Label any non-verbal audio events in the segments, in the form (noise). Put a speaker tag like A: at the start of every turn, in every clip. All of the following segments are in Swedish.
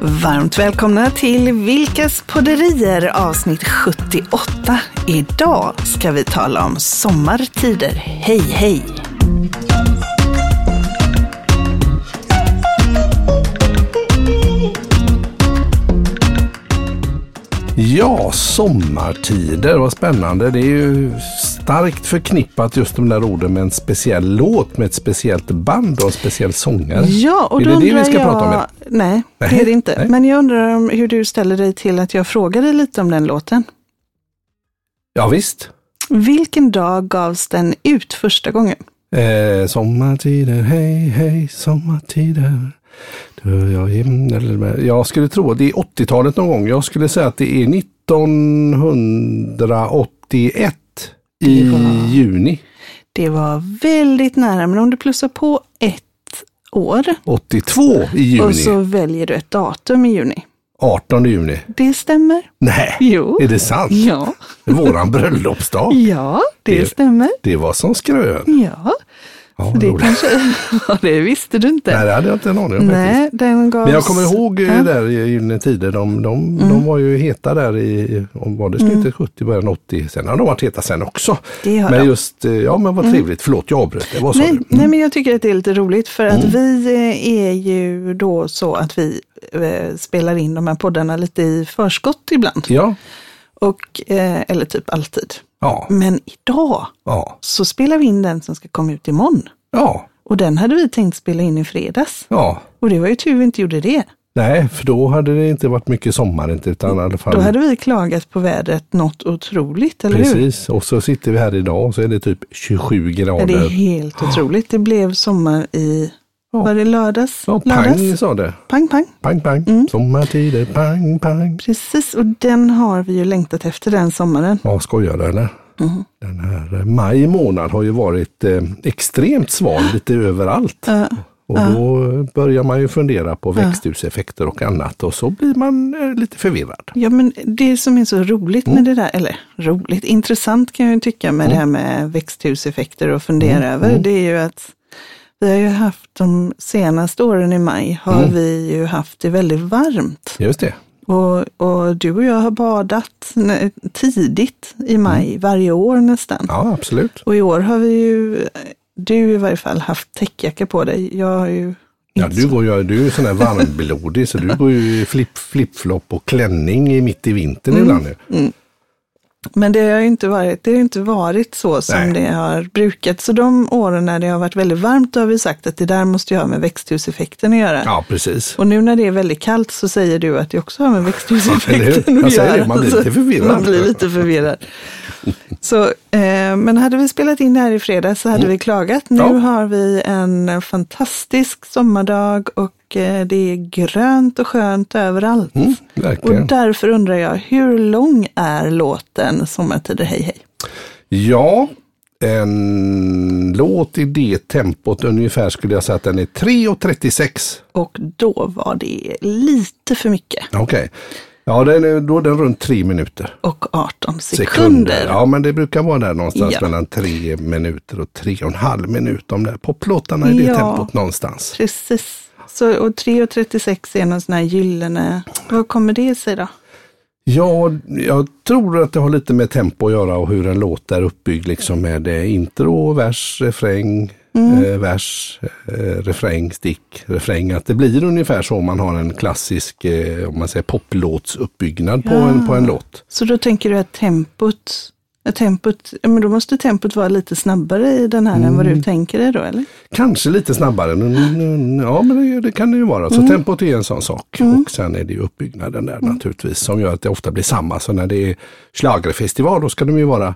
A: Varmt välkomna till Vilkas podderier avsnitt 78. Idag ska vi tala om sommartider. Hej hej!
B: Ja, sommartider, vad spännande. Det är ju starkt förknippat just de där orden med en speciell låt, med ett speciellt band och en speciell sångare.
A: Ja, och
B: är
A: då
B: det det
A: undrar
B: vi ska
A: jag...
B: prata om?
A: Nej, det
B: Nej,
A: är det inte.
B: nej.
A: Men jag undrar om hur du ställer dig till att jag frågade lite om den låten.
B: Ja, visst.
A: Vilken dag gavs den ut första gången?
B: Eh, sommartider, hej, hej, sommartider. Du, jag, är- jag skulle tro att det är 80-talet någon gång. Jag skulle säga att det är 1981 i
A: Ja.
B: juni.
A: Det var väldigt nära, men om du plussar på ett år
B: 82 i juni.
A: och så väljer du ett datum i juni.
B: 18 juni.
A: Det stämmer.
B: Nej,
A: Jo.
B: är det sant?
A: Ja,
B: Våran bröllopsdag.
A: ja det,
B: Det-
A: stämmer.
B: Det var som skrön.
A: Ja,
B: Ja,
A: det
B: roligt.
A: kanske... Ja, det visste du inte.
B: Nej, det hade jag inte en aning om faktiskt.
A: Nej, den gavs...
B: Men jag kommer ihåg eh,
A: Ja. Mm.
B: där i Gyllene Tider, de, de, de var ju heta där i, om var det slutet 70, början 80, sen har de varit heta sen också.
A: Det har
B: men
A: de. Mm.
B: just, eh, ja men vad trevligt, förlåt jag avbröt det, vad sa
A: Nej,
B: du?
A: nej, men jag tycker att det är lite roligt för att
B: Mm.
A: vi eh, är ju då så att vi eh, spelar in de här poddarna lite i förskott ibland.
B: Ja,
A: Och, eh, eller typ alltid.
B: ja,
A: Men idag
B: ja,
A: så spelar vi in den som ska komma ut imorgon.
B: ja,
A: Och den hade vi tänkt spela in i fredags.
B: ja.
A: Och det var ju tur vi inte gjorde det.
B: Nej, för då hade det inte varit mycket sommar inte, utan i alla fall.
A: Då hade vi klagat på vädret något otroligt, eller hur?
B: Mm. Precis, och så sitter vi här idag och så är det typ 27
A: Ja, det är
B: grader.
A: helt otroligt. Det blev sommar i,
B: Ja.
A: var det lördags?
B: Ja, pang
A: lördags?
B: sa det.
A: Pang, pang.
B: Pang, pang.
A: Mm.
B: Sommartider, pang, pang.
A: Precis, och den har vi ju längtat efter den sommaren.
B: Ja, skojar du eller?
A: Mhm.
B: Den här eh, maj månad har ju varit eh, extremt sval lite överallt.
A: Ja.
B: Och då börjar man ju fundera på växthuseffekter och annat och så blir man eh, lite förvirrad.
A: Ja, men det som är så roligt
B: Mm.
A: med det där, eller roligt, intressant kan jag ju tycka med det här med växthuseffekter och fundera
B: Mm.
A: över, det är ju att vi har ju haft de senaste åren i maj, har
B: Mm.
A: vi ju haft det väldigt varmt.
B: Just det.
A: Och, och du och jag har badat n- tidigt i maj,
B: Mm.
A: varje år nästan.
B: Ja, absolut.
A: Och i år har vi ju, du i varje fall, haft täckjacka på dig. Jag har ju
B: Ja, du, går ju, du är ju sån här varmblodig så du går ju i flip, flipflop och klänning i mitt i vintern
A: Mm.
B: ibland. nu.
A: Men det har ju inte varit, det har ju inte varit så som
B: Nej.
A: det har brukat. Så de åren när det har varit väldigt varmt då har vi sagt att det där måste ju ha med växthuseffekten att göra.
B: Ja, precis.
A: Och nu när det är väldigt kallt så säger du att det också har med
B: Eller
A: växthuseffekten
B: hur? Jag
A: att
B: säger
A: göra.
B: det, man blir
A: Så
B: lite förvirrad.
A: Man blir lite förvirrad.
B: (laughs)
A: Så, eh, men hade vi spelat in det här i fredags så hade vi klagat. Nu
B: Mm. Ja.
A: har vi en fantastisk sommardag och eh, det är grönt och skönt överallt.
B: Mm,
A: Och
B: verkligen.
A: därför undrar jag, hur lång är låten Sommartider hej hej?
B: Ja, en låt i det tempot ungefär skulle jag säga att den är 3.36.
A: Och då var det lite för mycket.
B: Okej. Ja, den är, då är den runt tre minuter.
A: Och 18 sekunder.
B: Ja, men det brukar vara där någonstans
A: Ja.
B: mellan tre minuter och tre och en halv minut. De där poplåtarna i det
A: Ja.
B: tempot någonstans.
A: Precis. Så, och 3.36 är någon sån här gyllene... Vad kommer det sig då?
B: Ja, jag tror att det har lite med tempo att göra och hur en låt är uppbyggd. Liksom med eh, intro, vers, refräng,
A: Mm.
B: eh, vers, eh, refräng, stick, refräng. Att det blir ungefär så om man har en klassisk, eh, om man säger poplåtsuppbyggnad på, en, på en låt.
A: Så då tänker du att tempot... att tempot ja, men då måste tempot vara lite snabbare i den här än vad
B: Mm.
A: du tänker dig då, eller?
B: Kanske lite snabbare, men, men- ja men det, det kan det ju vara.
A: Mm.
B: Så tempot är en sån sak. Och sen är det ju uppbyggnaden där naturligtvis som gör att det ofta blir samma. Så när det är schlagerfestival då ska de ju vara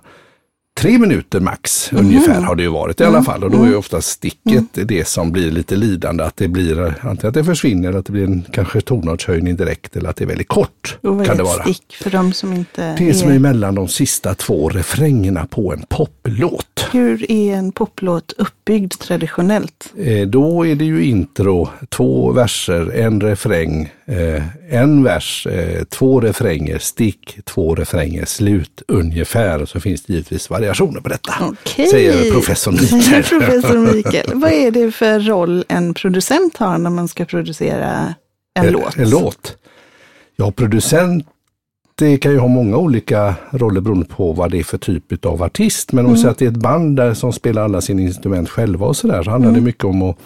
B: tre minuter max
A: Mm.
B: ungefär har det ju varit i alla fall. Och då är ju ofta sticket det som blir lite lidande. Att det blir antingen att det försvinner, att det blir en kanske tonartshöjning direkt eller att det är väldigt kort.
A: Och vad
B: kan
A: är
B: det
A: ett
B: vara.
A: stick för de som inte
B: Det som är mellan de sista två refrängerna på en poplåt.
A: Hur är en poplåt uppbyggd traditionellt?
B: Eh, Då är det ju intro, två verser, en refräng, eh, en vers, eh, två refränger, stick, två refränger, slut ungefär. Så finns det givetvis variationer på detta.
A: Okej.
B: Säger
A: (laughs)
B: professor
A: Säger
B: Mikael.
A: professor Mikael. Vad är det för roll en producent har när man ska producera en låt?
B: Eh, En låt. Ja, producent det kan ju ha många olika roller beroende på vad det är för typ av artist. Men om
A: Mm.
B: vi säger att det är ett band där som spelar alla sina instrument själva och sådär, så
A: Mm.
B: handlar det mycket om att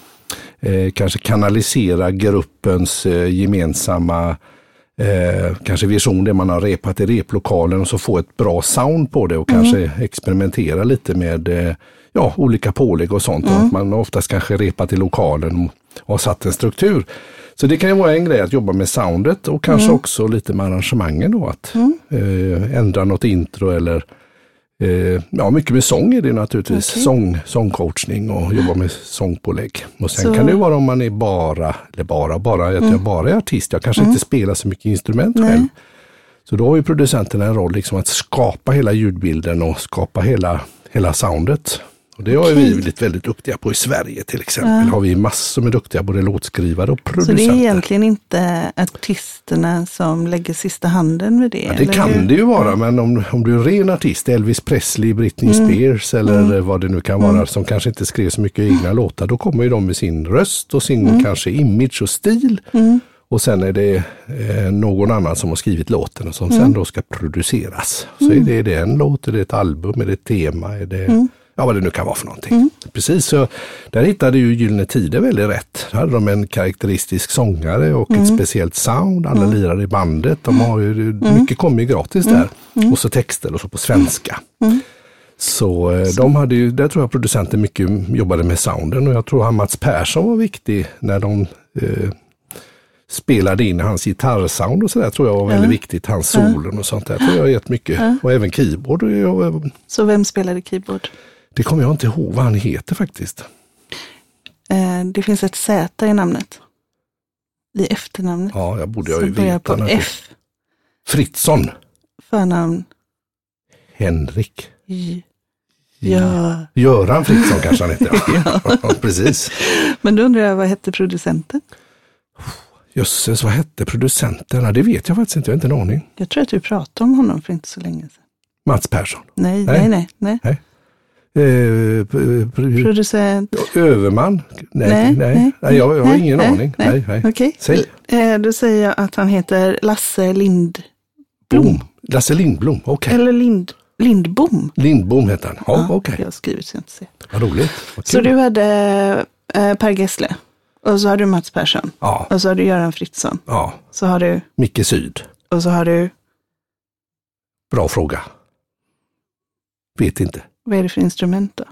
B: eh, kanske kanalisera gruppens eh, gemensamma eh, kanske vision, det man har repat i replokalen och så få ett bra sound på det och kanske experimentera lite med eh, ja, olika pålägg och sånt. Och att man oftast kanske repat i lokalen och har satt en struktur. Så det kan ju vara en grej att jobba med soundet och kanske också lite med arrangemangen då. Att eh, ändra något intro eller eh, ja, mycket med sång är det naturligtvis. Sång, sångcoachning och jobba med sångpålägg. Och sen
A: Mm. Så- Mm.
B: kan det ju vara om man är bara, eller bara, bara, att jag bara är artist. Jag kanske inte spelar så mycket instrument själv. Så då har ju producenterna en roll liksom att skapa hela ljudbilden och skapa hela, hela soundet. Och det har ju vi blivit väldigt duktiga på i Sverige till exempel. har vi massor med duktiga både låtskrivare och
A: Så det
B: producenter.
A: är egentligen inte artisterna som lägger sista handen vid det?
B: Ja, Mm. det
A: eller
B: kan
A: hur?
B: det ju vara, men om, om du är ren artist, Elvis Presley, Britney Spears eller vad det nu kan vara, som kanske inte skrev så mycket egna låtar, då kommer ju de med sin röst och sin kanske image och stil. Och sen är det eh, någon annan som har skrivit låten och som sen då ska produceras. Så är, det, är det en låt, är det ett album, är det ett tema, är det ja, vad det nu kan vara för någonting. Precis, så där hittade ju Gyllene Tider väldigt rätt. Där hade de en karaktäristisk sångare och ett speciellt sound. Alla lirade i bandet. De har ju, Mycket kom ju gratis där. Och så texter och så på svenska. Så eh, de hade ju, där tror jag producenten mycket jobbade med sounden och jag tror han Mats Persson var viktig när de eh, spelade in hans gitarrsound och sådär tror jag var väldigt viktigt. Hans solen och sånt där tror jag har gett mycket. Och även keyboard. och jag-
A: Så vem spelade keyboard?
B: Det kommer jag inte ihåg vad han heter faktiskt.
A: Eh, det finns ett Z i namnet. I efternamnet.
B: Ja, jag borde jag ju
A: som börjar på
B: veta. när-
A: F.
B: Fritzson.
A: Förnamn
B: Henrik.
A: J. Ja.
B: Göran Fritzson kanske han
A: (laughs)
B: heter. ja. Precis.
A: Men då undrar jag, vad hette producenten?
B: Jösses, vad hette producenterna? Det vet jag faktiskt inte. Jag har inte en aning.
A: Jag tror att du pratade om honom för inte så länge sedan.
B: Mats Persson.
A: Nej,
B: Nej.
A: nej, nej. nej.
B: Eh, p- p-
A: Producent.
B: Överman? Nej, nej.
A: Nej,
B: nej.
A: nej,
B: jag, jag har ingen
A: nej,
B: aning. Nej, nej.
A: Okej.
B: Säg.
A: Eh, Då säger jag att han heter Lasse Lind...
B: Blom. Lasse Lindblom, okej.
A: Eller Lind... Lindbom.
B: Lindblom heter han. Ja, okej.
A: Jag har skrivit så jag inte ser.
B: Vad roligt. Vad
A: Så
B: kul.
A: du hade eh, Per Gessle. Och så har du Mats Persson.
B: Ja,
A: Och så har du Göran Fritzson.
B: ja.
A: Så har du...
B: Micke Syd.
A: Och så har du...
B: Bra fråga. Vet inte.
A: Vad är det för instrument då?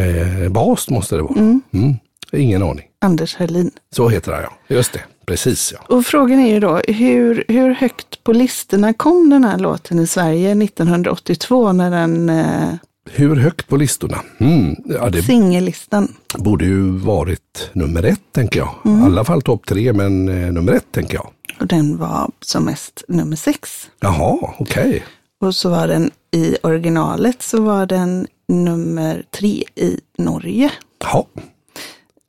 B: Eh, bas måste det vara.
A: Mm.
B: Mm. Ingen aning.
A: Anders Herlin.
B: Så heter han ja. Just det. Precis ja.
A: Och frågan är ju då, hur, hur högt på listorna kom den här låten i Sverige 1982 när den, eh,
B: Hur högt på listorna? Mm. Ja, det
A: singellistan?
B: borde ju varit nummer ett tänker jag.
A: Mm.
B: I alla fall topp tre men eh, nummer ett tänker jag.
A: Och den var som mest nummer sex.
B: Jaha, okej.
A: Och så var den i originalet så var den nummer tre i Norge.
B: Ja.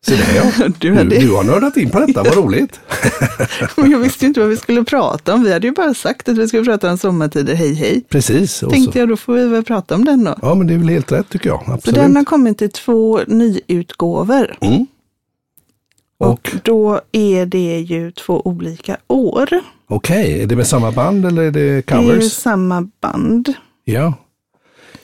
B: Så det ja.
A: (laughs) Du
B: Du,
A: hade,
B: du har nördat in på detta, vad roligt.
A: (laughs) jag visste ju inte vad vi skulle prata om. Vi hade ju bara sagt att vi skulle prata om sommartider, hej hej.
B: Precis. Och så.
A: Tänkte jag, då får vi väl prata om den då.
B: Ja men det är väl helt rätt tycker jag.
A: Så
B: Absolut.
A: den har kommit i två nyutgåvor.
B: Mm. Och
A: Och då är det ju två olika år.
B: okej, är det med samma band eller är det
A: Det är ju
B: covers?
A: samma band.
B: Ja.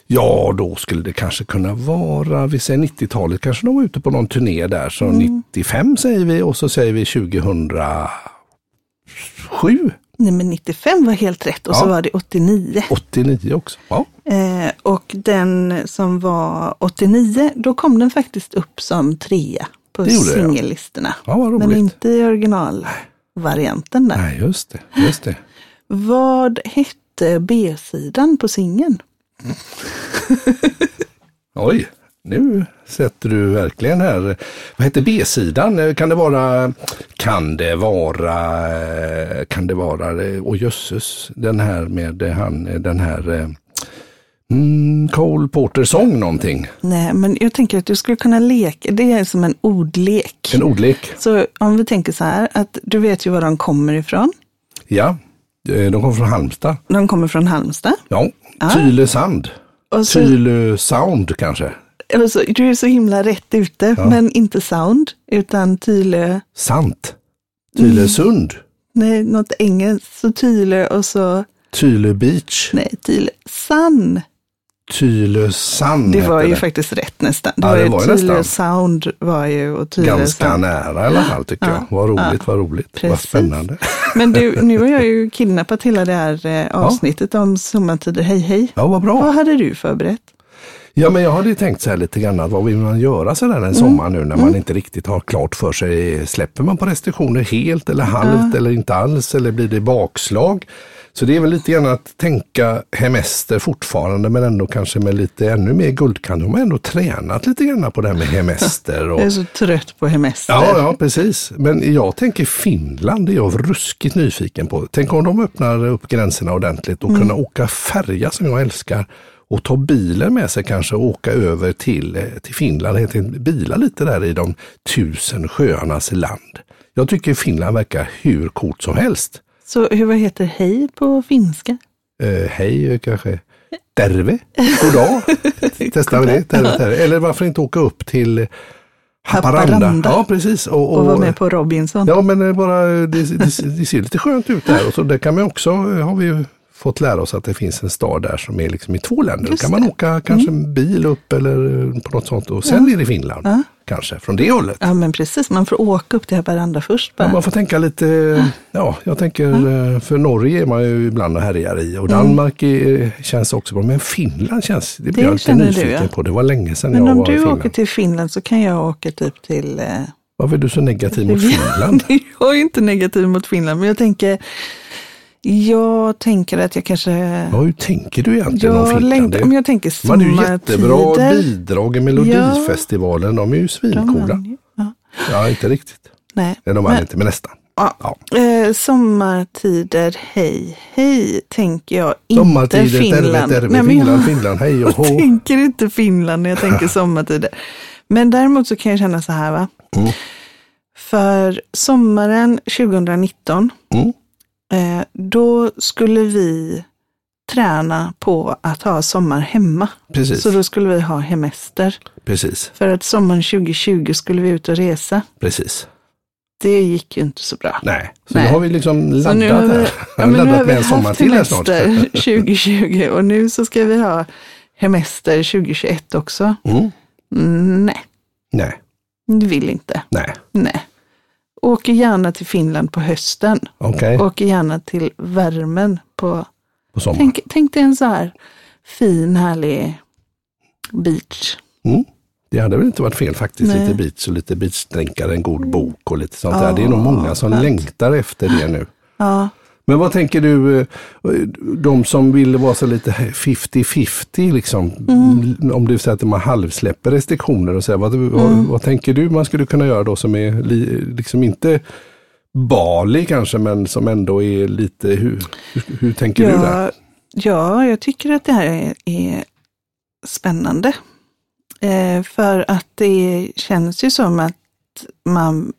B: Ja, då skulle det kanske kunna vara, vi säger 90-talet kanske de var ute på någon turné där, så 95 säger vi och så säger vi 2007,
A: Nej, men 95 var helt rätt och så
B: Ja.
A: var det 89.
B: 89 också. Ja,
A: Eh, och den som var 89, då kom den faktiskt upp som trea på
B: Det gjorde det, ja.
A: singellistorna.
B: ja vad
A: men
B: roligt.
A: inte i originalvarianten där.
B: Nej, just det. Just det.
A: Vad hette B-sidan på singeln?
B: Oj, nu sätter du verkligen här. Vad heter B-sidan? Kan det vara, kan det vara, eh, kan det vara, eh, åh jösses, den här med eh, han, eh, den här eh, Mm, Cole Porter sång någonting.
A: Nej, men jag tänker att du skulle kunna leka. Det är som en ordlek.
B: En ordlek.
A: Så om vi tänker så här, att du vet ju var de kommer ifrån.
B: Ja, eh, de kommer från Halmstad.
A: De kommer från Halmstad.
B: Ja, Tylösand.
A: Ah. Och så,
B: Tylösound kanske.
A: och så, du är så himla rätt ute, men inte sound, utan Tylö. Mm.
B: Sant. Tylösund.
A: nej, något engelskt, så Tylö och så,
B: Tylö Beach.
A: nej, Tylö, Sun.
B: Tylö Sand
A: Det
B: heter
A: var ju faktiskt rätt nästan. Det
B: Ja,
A: var
B: det
A: ju
B: var ju
A: Tylö
B: nästan.
A: Sound var ju och Tylö
B: Ganska
A: Sound.
B: nära i alla fall tycker jag. Vad roligt, vad roligt. Vad
A: Precis.
B: spännande.
A: Men du, nu har jag ju kidnappat hela det här eh, avsnittet om sommartider. Hej hej.
B: Ja, vad bra.
A: Vad hade du förberett?
B: Ja, men jag hade ju tänkt så här lite grann, att vad vill man göra så där en sommar nu när man inte riktigt har klart för sig, släpper man på restriktioner helt eller halvt eller inte alls eller blir det bakslag? Så det är väl lite grann att tänka hemester fortfarande men ändå kanske med lite ännu mer guldkant. De har ändå tränat lite grann på det här med hemester. Och,
A: Jag är så trött på hemester.
B: Ja, ja, precis. Men jag tänker Finland, det är jag ruskigt nyfiken på. Tänk om de öppnar upp gränserna ordentligt
A: Mm.
B: och kunna åka färja som jag älskar och ta bilen med sig kanske och åka över till, eh, till Finland, helt enkelt bila lite där i de tusen sjöarnas land. Jag tycker Finland verkar hur coolt som helst.
A: Så hur vad heter hej på finska?
B: Eh, hej eh, kanske. Terve,
A: (laughs)
B: goddag. Testar vi det. Terve, terve. Eller varför inte åka upp till Haparanda.
A: Haparanda.
B: Ja, precis. Och,
A: Och vara med på Robinson.
B: Ja, men det är bara, eh, det, det, det ser lite skönt ut där. Och så där kan man också, eh, har vi ju fått lära oss att det finns en stad där som är liksom i två länder. Då kan man åka kanske
A: Mm.
B: en bil upp eller eh, på något sånt och sen är det Finland. Kanske från det hållet.
A: Ja, men precis. Man får åka upp till Haparanda först bara.
B: Ja, man får tänka lite, ja, jag tänker eh, för Norge är man ju ibland och härjar i
A: Mm.
B: och Danmark är, eh, känns också bra, men Finland känns, det blir
A: Det
B: jag lite
A: känner du,
B: nyfiken
A: ja.
B: på. Det var länge sedan
A: men
B: jag
A: om
B: var i
A: du
B: Finland.
A: åker till Finland så kan jag åka typ till... Eh,
B: Varför är du så negativ mot Finland?
A: (laughs) jag är inte negativ mot Finland, men jag tänker... Jag tänker att jag kanske...
B: Ja, hur tänker du egentligen om
A: jag
B: Finland?
A: längtar,
B: Det-
A: om jag tänker
B: Man är ju jättebra
A: sommartider.
B: bidrag i Melodifestivalen. De är ju svincoola.
A: Ja,
B: Ja, inte riktigt.
A: nej.
B: Nej, de är inte, men nästan.
A: Ja. Eh, sommartider, hej, hej, tänker jag inte
B: Sommartider,
A: Finland.
B: terve,
A: Nej,
B: terve,
A: men jag-
B: Finland, Finland, hej och
A: (laughs) Jag
B: hå.
A: tänker inte Finland när jag tänker sommartider. Men däremot så kan jag känna så här va.
B: Mm.
A: För sommaren 2019,
B: Mm.
A: eh, då skulle vi träna på att ha sommar hemma.
B: Precis,
A: Så då skulle vi ha hemester.
B: precis,
A: För att sommaren 2020 skulle vi ut och resa.
B: precis.
A: Det gick ju inte så bra.
B: Nej, så
A: Nej.
B: nu har vi liksom
A: Så
B: laddat
A: nu har
B: (laughs)
A: vi,
B: här.
A: ja, men nu har
B: laddat
A: vi
B: med en sommar
A: haft
B: till här snart.
A: hemester
B: (laughs)
A: 2020 och nu så ska vi ha hemester 2021 också.
B: Mm.
A: Mm, nej,
B: Nej,
A: du vill inte.
B: nej,
A: Nej. Åker gärna till Finland på hösten.
B: okej,
A: Åker gärna till värmen på...
B: på sommaren.
A: Tänk, tänk dig en så här fin, härlig beach.
B: Mm. Det hade väl inte varit fel faktiskt.
A: Nej.
B: Lite beach och lite beachdrinkar, en god bok och lite sånt
A: Ja,
B: där. Det är nog många som
A: sant.
B: längtar efter det nu.
A: Ja,
B: Men vad tänker du, eh, de som vill vara så lite 50-50, liksom,
A: Mm.
B: om du säger att man halvsläpper restriktioner och så, här, vad, vad, vad tänker du man skulle kunna göra då som är li, liksom inte Bali kanske, men som ändå är lite, hur, hur, hur tänker du där?
A: ja, ja, jag tycker att det här är, är spännande. Eh, för att det känns ju som att man...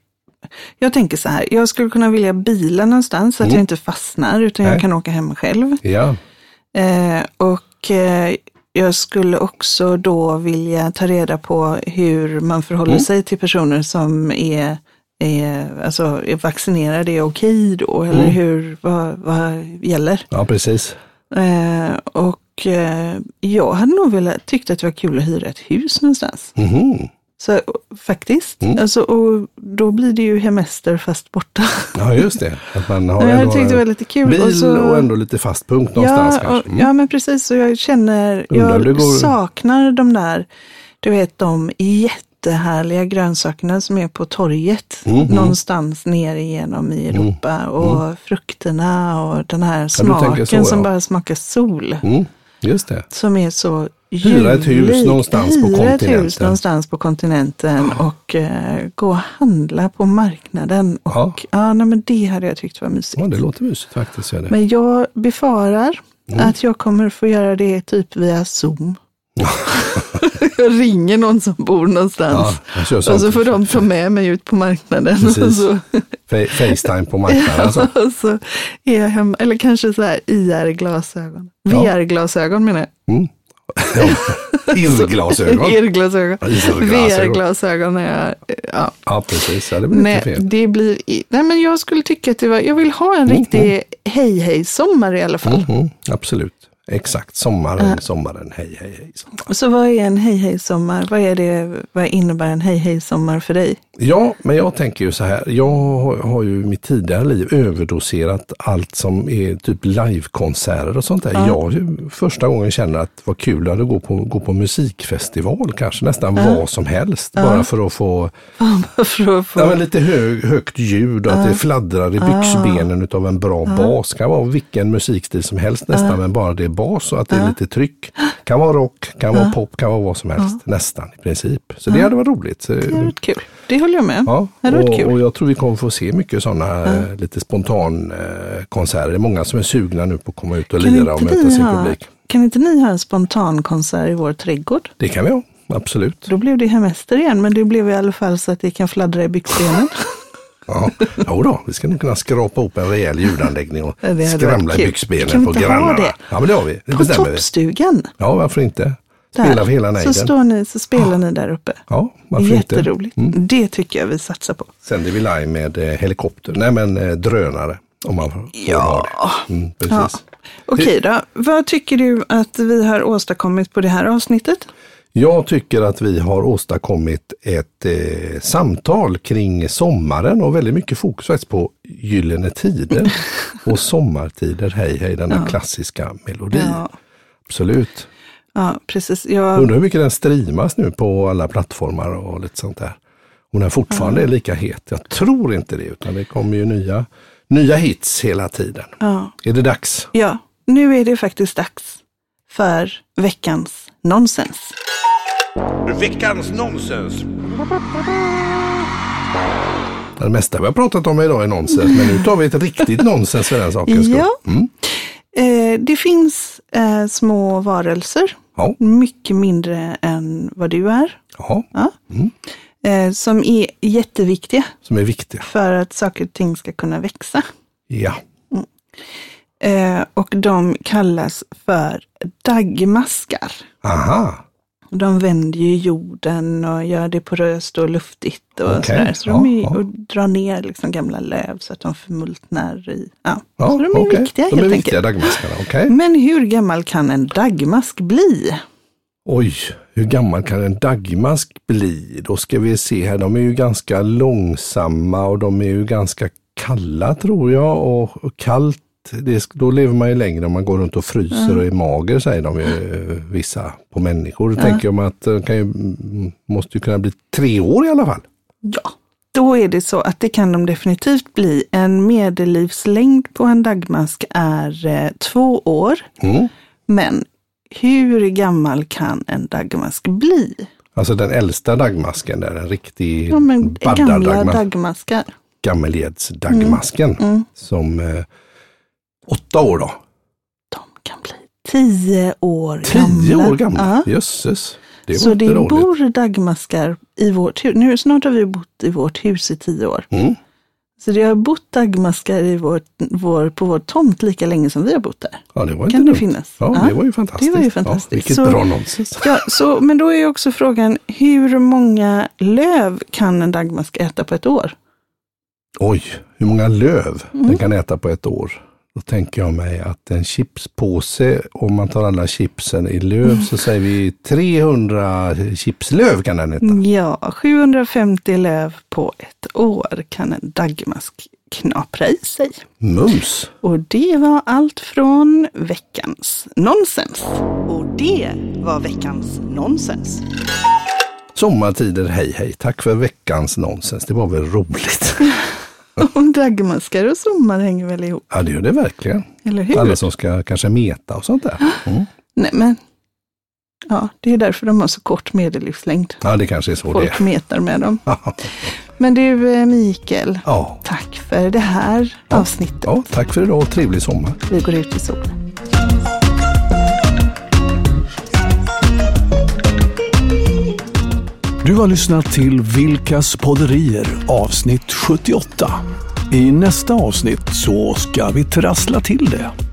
A: Jag tänker så här, jag skulle kunna vilja bila någonstans så att jag inte fastnar utan jag
B: Mm. Nej.
A: kan åka hem själv.
B: Ja,
A: Eh, och eh, jag skulle också då vilja ta reda på hur man förhåller
B: Mm.
A: sig till personer som är, är, alltså, är vaccinerade, är okej då, eller
B: Mm.
A: hur, vad, vad gäller?
B: ja precis.
A: Eh, och eh, jag hade nog velat, tyckt att det var kul att hyra ett hus någonstans.
B: Mhm.
A: Så faktiskt,
B: Mm.
A: alltså, och då blir det ju hemester fast borta.
B: Ja, just det. Att man har
A: jag
B: ändå
A: tyckte det var
B: en
A: lite kul.
B: bil och,
A: så-
B: ändå lite fast punkt (laughs) någonstans kanske. Mm.
A: och, ja, men precis. Så jag känner,
B: Undrar om
A: jag
B: det går-
A: saknar de där, du vet de jättehärliga grönsakerna som är på torget
B: Mhm.
A: någonstans ner igenom i Europa och frukterna och den här
B: Mm. Ja, du tänker
A: smaken
B: så,
A: som
B: ja.
A: bara smakar sol.
B: Mm, just det.
A: Som är så
B: Hyra ett hus
A: ljuvligt.
B: någonstans på
A: Hyra ett hus
B: kontinenten.
A: någonstans på kontinenten och eh, gå och handla på marknaden. Och,
B: Ja.
A: ja, nej, men det hade jag tyckt var mysigt.
B: Ja, det låter mysigt faktiskt. Gör det.
A: Men jag befarar
B: Mm.
A: att jag kommer få göra det typ via Zoom. (laughs) jag ringer någon som bor
B: ja,
A: någonstans.
B: jag kör
A: och så
B: sånt.
A: får de ta med mig ut på marknaden. Och
B: Precis.
A: så,
B: Fa- Facetime på marknaden. Alltså.
A: (laughs) och så är jag hemma, eller kanske så här IR-glasögon.
B: Ja.
A: VR-glasögon menar jag. E
B: Mm.
A: (laughs)
B: Irrglasögon.
A: Irrglasögon. (laughs)
B: Irrglasögon.
A: VR-glasögon är, ja.
B: Ja, precis. Ja, det blir lite
A: Nej,
B: fel.
A: det blir, i- nej, men jag skulle tycka att det var, jag vill ha en riktig hej-hej-sommar i alla fall.
B: Mm, absolut. Exakt. Sommaren, sommaren, hej, hej, hej. sommar.
A: Så vad är en hej-hej-sommar? Vad, är det, vad innebär en hej-hej-sommar för dig? (laughs)
B: Ja, men jag tänker ju så här. Jag har har ju i mitt tidigare liv överdoserat allt som är typ livekonserter och sånt där. Jag ju första gången känner att vad kul det är att gå på, gå på musikfestival kanske, nästan vad som helst. Bara för att få
A: för att få,
B: Ja, men lite hög, högt ljud och att det fladdrar
A: Ah.
B: i byxbenen utav en bra bas. Kan vara vilken musikstil som helst
A: Ah.
B: nästan, men bara det är bas och att det är lite tryck. Kan vara rock, kan
A: Ah.
B: vara pop, kan vara vad som helst nästan i princip. Så det hade varit roligt. Så, eh,
A: det hade varit Ah. kul. Det håller jag med.
B: Ja,
A: det hade varit
B: och,
A: kul. Ah.
B: och jag tror vi kommer få se mycket sådana eh, lite spontan eh, konserter. Det är många som är sugna nu på att komma ut och
A: kan,
B: lira och
A: inte
B: möta
A: ni
B: sin
A: ha,
B: publik.
A: kan inte ni ha en spontankonsert i vår trädgård?
B: Det kan vi ha, absolut.
A: Då blev det hemester igen, men det blev i alla fall så att det kan fladdra i byxbenen.
B: Ja. Jo då, vi ska nog kunna skrapa ihop en rejäl ljudanläggning och
A: Det hade varit
B: skramla i
A: kul.
B: byxbenen
A: Kan vi
B: på
A: inte ha
B: grannarna.
A: det?
B: Ja, men det har vi. (laughs) Det
A: På
B: bestämmer vi.
A: toppstugan.
B: Ja, varför inte?
A: där.
B: Spela för hela nejden.
A: Så står ni, så spelar ni där uppe.
B: Ja, varför inte?
A: Jätteroligt. Det tycker jag vi satsar på.
B: Sänder vi live med eh, helikopter, nej men eh, drönare. Om man får
A: Ja.
B: ha det. Mm, precis.
A: Ja. Okej då, vad tycker du att vi har åstadkommit på det här avsnittet?
B: Jag tycker att vi har åstadkommit ett eh, samtal kring sommaren och väldigt mycket fokus faktiskt på
A: (laughs)
B: Gyllene Tider och Sommartider, hej hej, denna klassiska melodi.
A: Ja.
B: Absolut.
A: Ja, precis. Jag,
B: Undrar hur mycket den streamas nu på alla plattformar och lite sånt där. Om den fortfarande är lika het. Jag tror inte det, utan det kommer ju nya, nya hits hela tiden.
A: ja,
B: Är det dags?
A: ja, nu är det faktiskt dags för veckans nonsens.
B: Veckans nonsens. Det mesta vi har pratat om idag är nonsens, men nu tar vi ett riktigt nonsens för den sakens skull.
A: Ja.
B: Mm.
A: Eh, det finns eh, små varelser,
B: Ja.
A: mycket mindre än vad du är,
B: Jaha.
A: ja,
B: Mm.
A: eh, som är jätteviktiga
B: Som är viktiga.
A: för att saker och ting ska kunna växa.
B: Ja.
A: Eh, och de kallas för dagmaskar.
B: Aha.
A: De vänder ju jorden och gör det poröst och luftigt och
B: Okej,
A: sådär. Så
B: ja,
A: de är,
B: ja.
A: och drar ner liksom gamla löv så att de förmultnar i. Ja.
B: Ja,
A: så de är
B: okej.
A: viktiga
B: De är
A: helt
B: viktiga
A: enkelt.
B: daggmaskarna. Okej.
A: Men hur gammal kan en dagmask bli?
B: Oj, hur gammal kan en dagmask bli? Då ska vi se här, de är ju ganska långsamma och de är ju ganska kalla tror jag och, och kallt, det, sk- då lever man ju längre om man går runt och fryser och är mager säger de ju eh, vissa på människor. Då tänker jag mig att de kan ju, mm, måste ju kunna bli tre år i alla fall.
A: Ja, då är det så att det kan de definitivt bli. En medellivslängd på en dagmask är eh, två år.
B: Mm.
A: Men hur gammal kan en dagmask bli?
B: Alltså den äldsta dagmasken där, en riktig
A: Ja, men gamla Mm,
B: baddardaggmask.
A: dagmaskar.
B: Gammeljedsdagmasken. Som eh, åtta år då.
A: De kan bli tio år
B: Tio
A: gamla.
B: år gamla?
A: Ja.
B: Jösses. Det var
A: Så
B: inte
A: det
B: dåligt.
A: bor dagmaskar i vårt hus. Nu snart har vi bott i vårt hus i tio år.
B: Mm.
A: Så det har bott dagmaskar i vårt, vår, på vår tomt lika länge som vi har bott där.
B: Ja, det var inte
A: Kan det
B: dumt.
A: finnas?
B: Ja,
A: Ja,
B: det var ju fantastiskt.
A: det var ju fantastiskt.
B: Ja, vilket
A: Så-
B: bra nonsens.
A: Ja, så, men då är ju också frågan, hur många löv kan en dagmask äta på ett år?
B: Oj, hur många löv
A: Mm.
B: den kan äta på ett år. Då tänker jag mig att en chipspåse, om man tar alla chipsen i löv
A: Mm.
B: så säger vi 300 chipslöv kan den äta.
A: Mm. Ja, 750 löv på ett år kan en dagmask knapra i sig.
B: Mums!
A: Och det var allt från veckans nonsens. Och det var veckans nonsens.
B: Sommartider, hej hej. Tack för veckans nonsens. Det var väl roligt?
A: (laughs) Mm. Och dagmaskar och sommar hänger väl ihop,
B: Ja, det gör det verkligen.
A: eller hur?
B: Alla som ska kanske meta och sånt där.
A: Ah.
B: Mm.
A: Nej, men ja, det är därför de har så kort medellivslängd.
B: Ja, det kanske är så det
A: Folk metar med dem.
B: är.
A: Men du eh, Mikael,
B: (laughs) Ja.
A: tack för det här avsnittet.
B: ja, tack för idag och trevlig sommar.
A: Vi går ut i solen.
C: Du har lyssnat till Vilkas podderier avsnitt 78. I nästa avsnitt så ska vi trassla till det.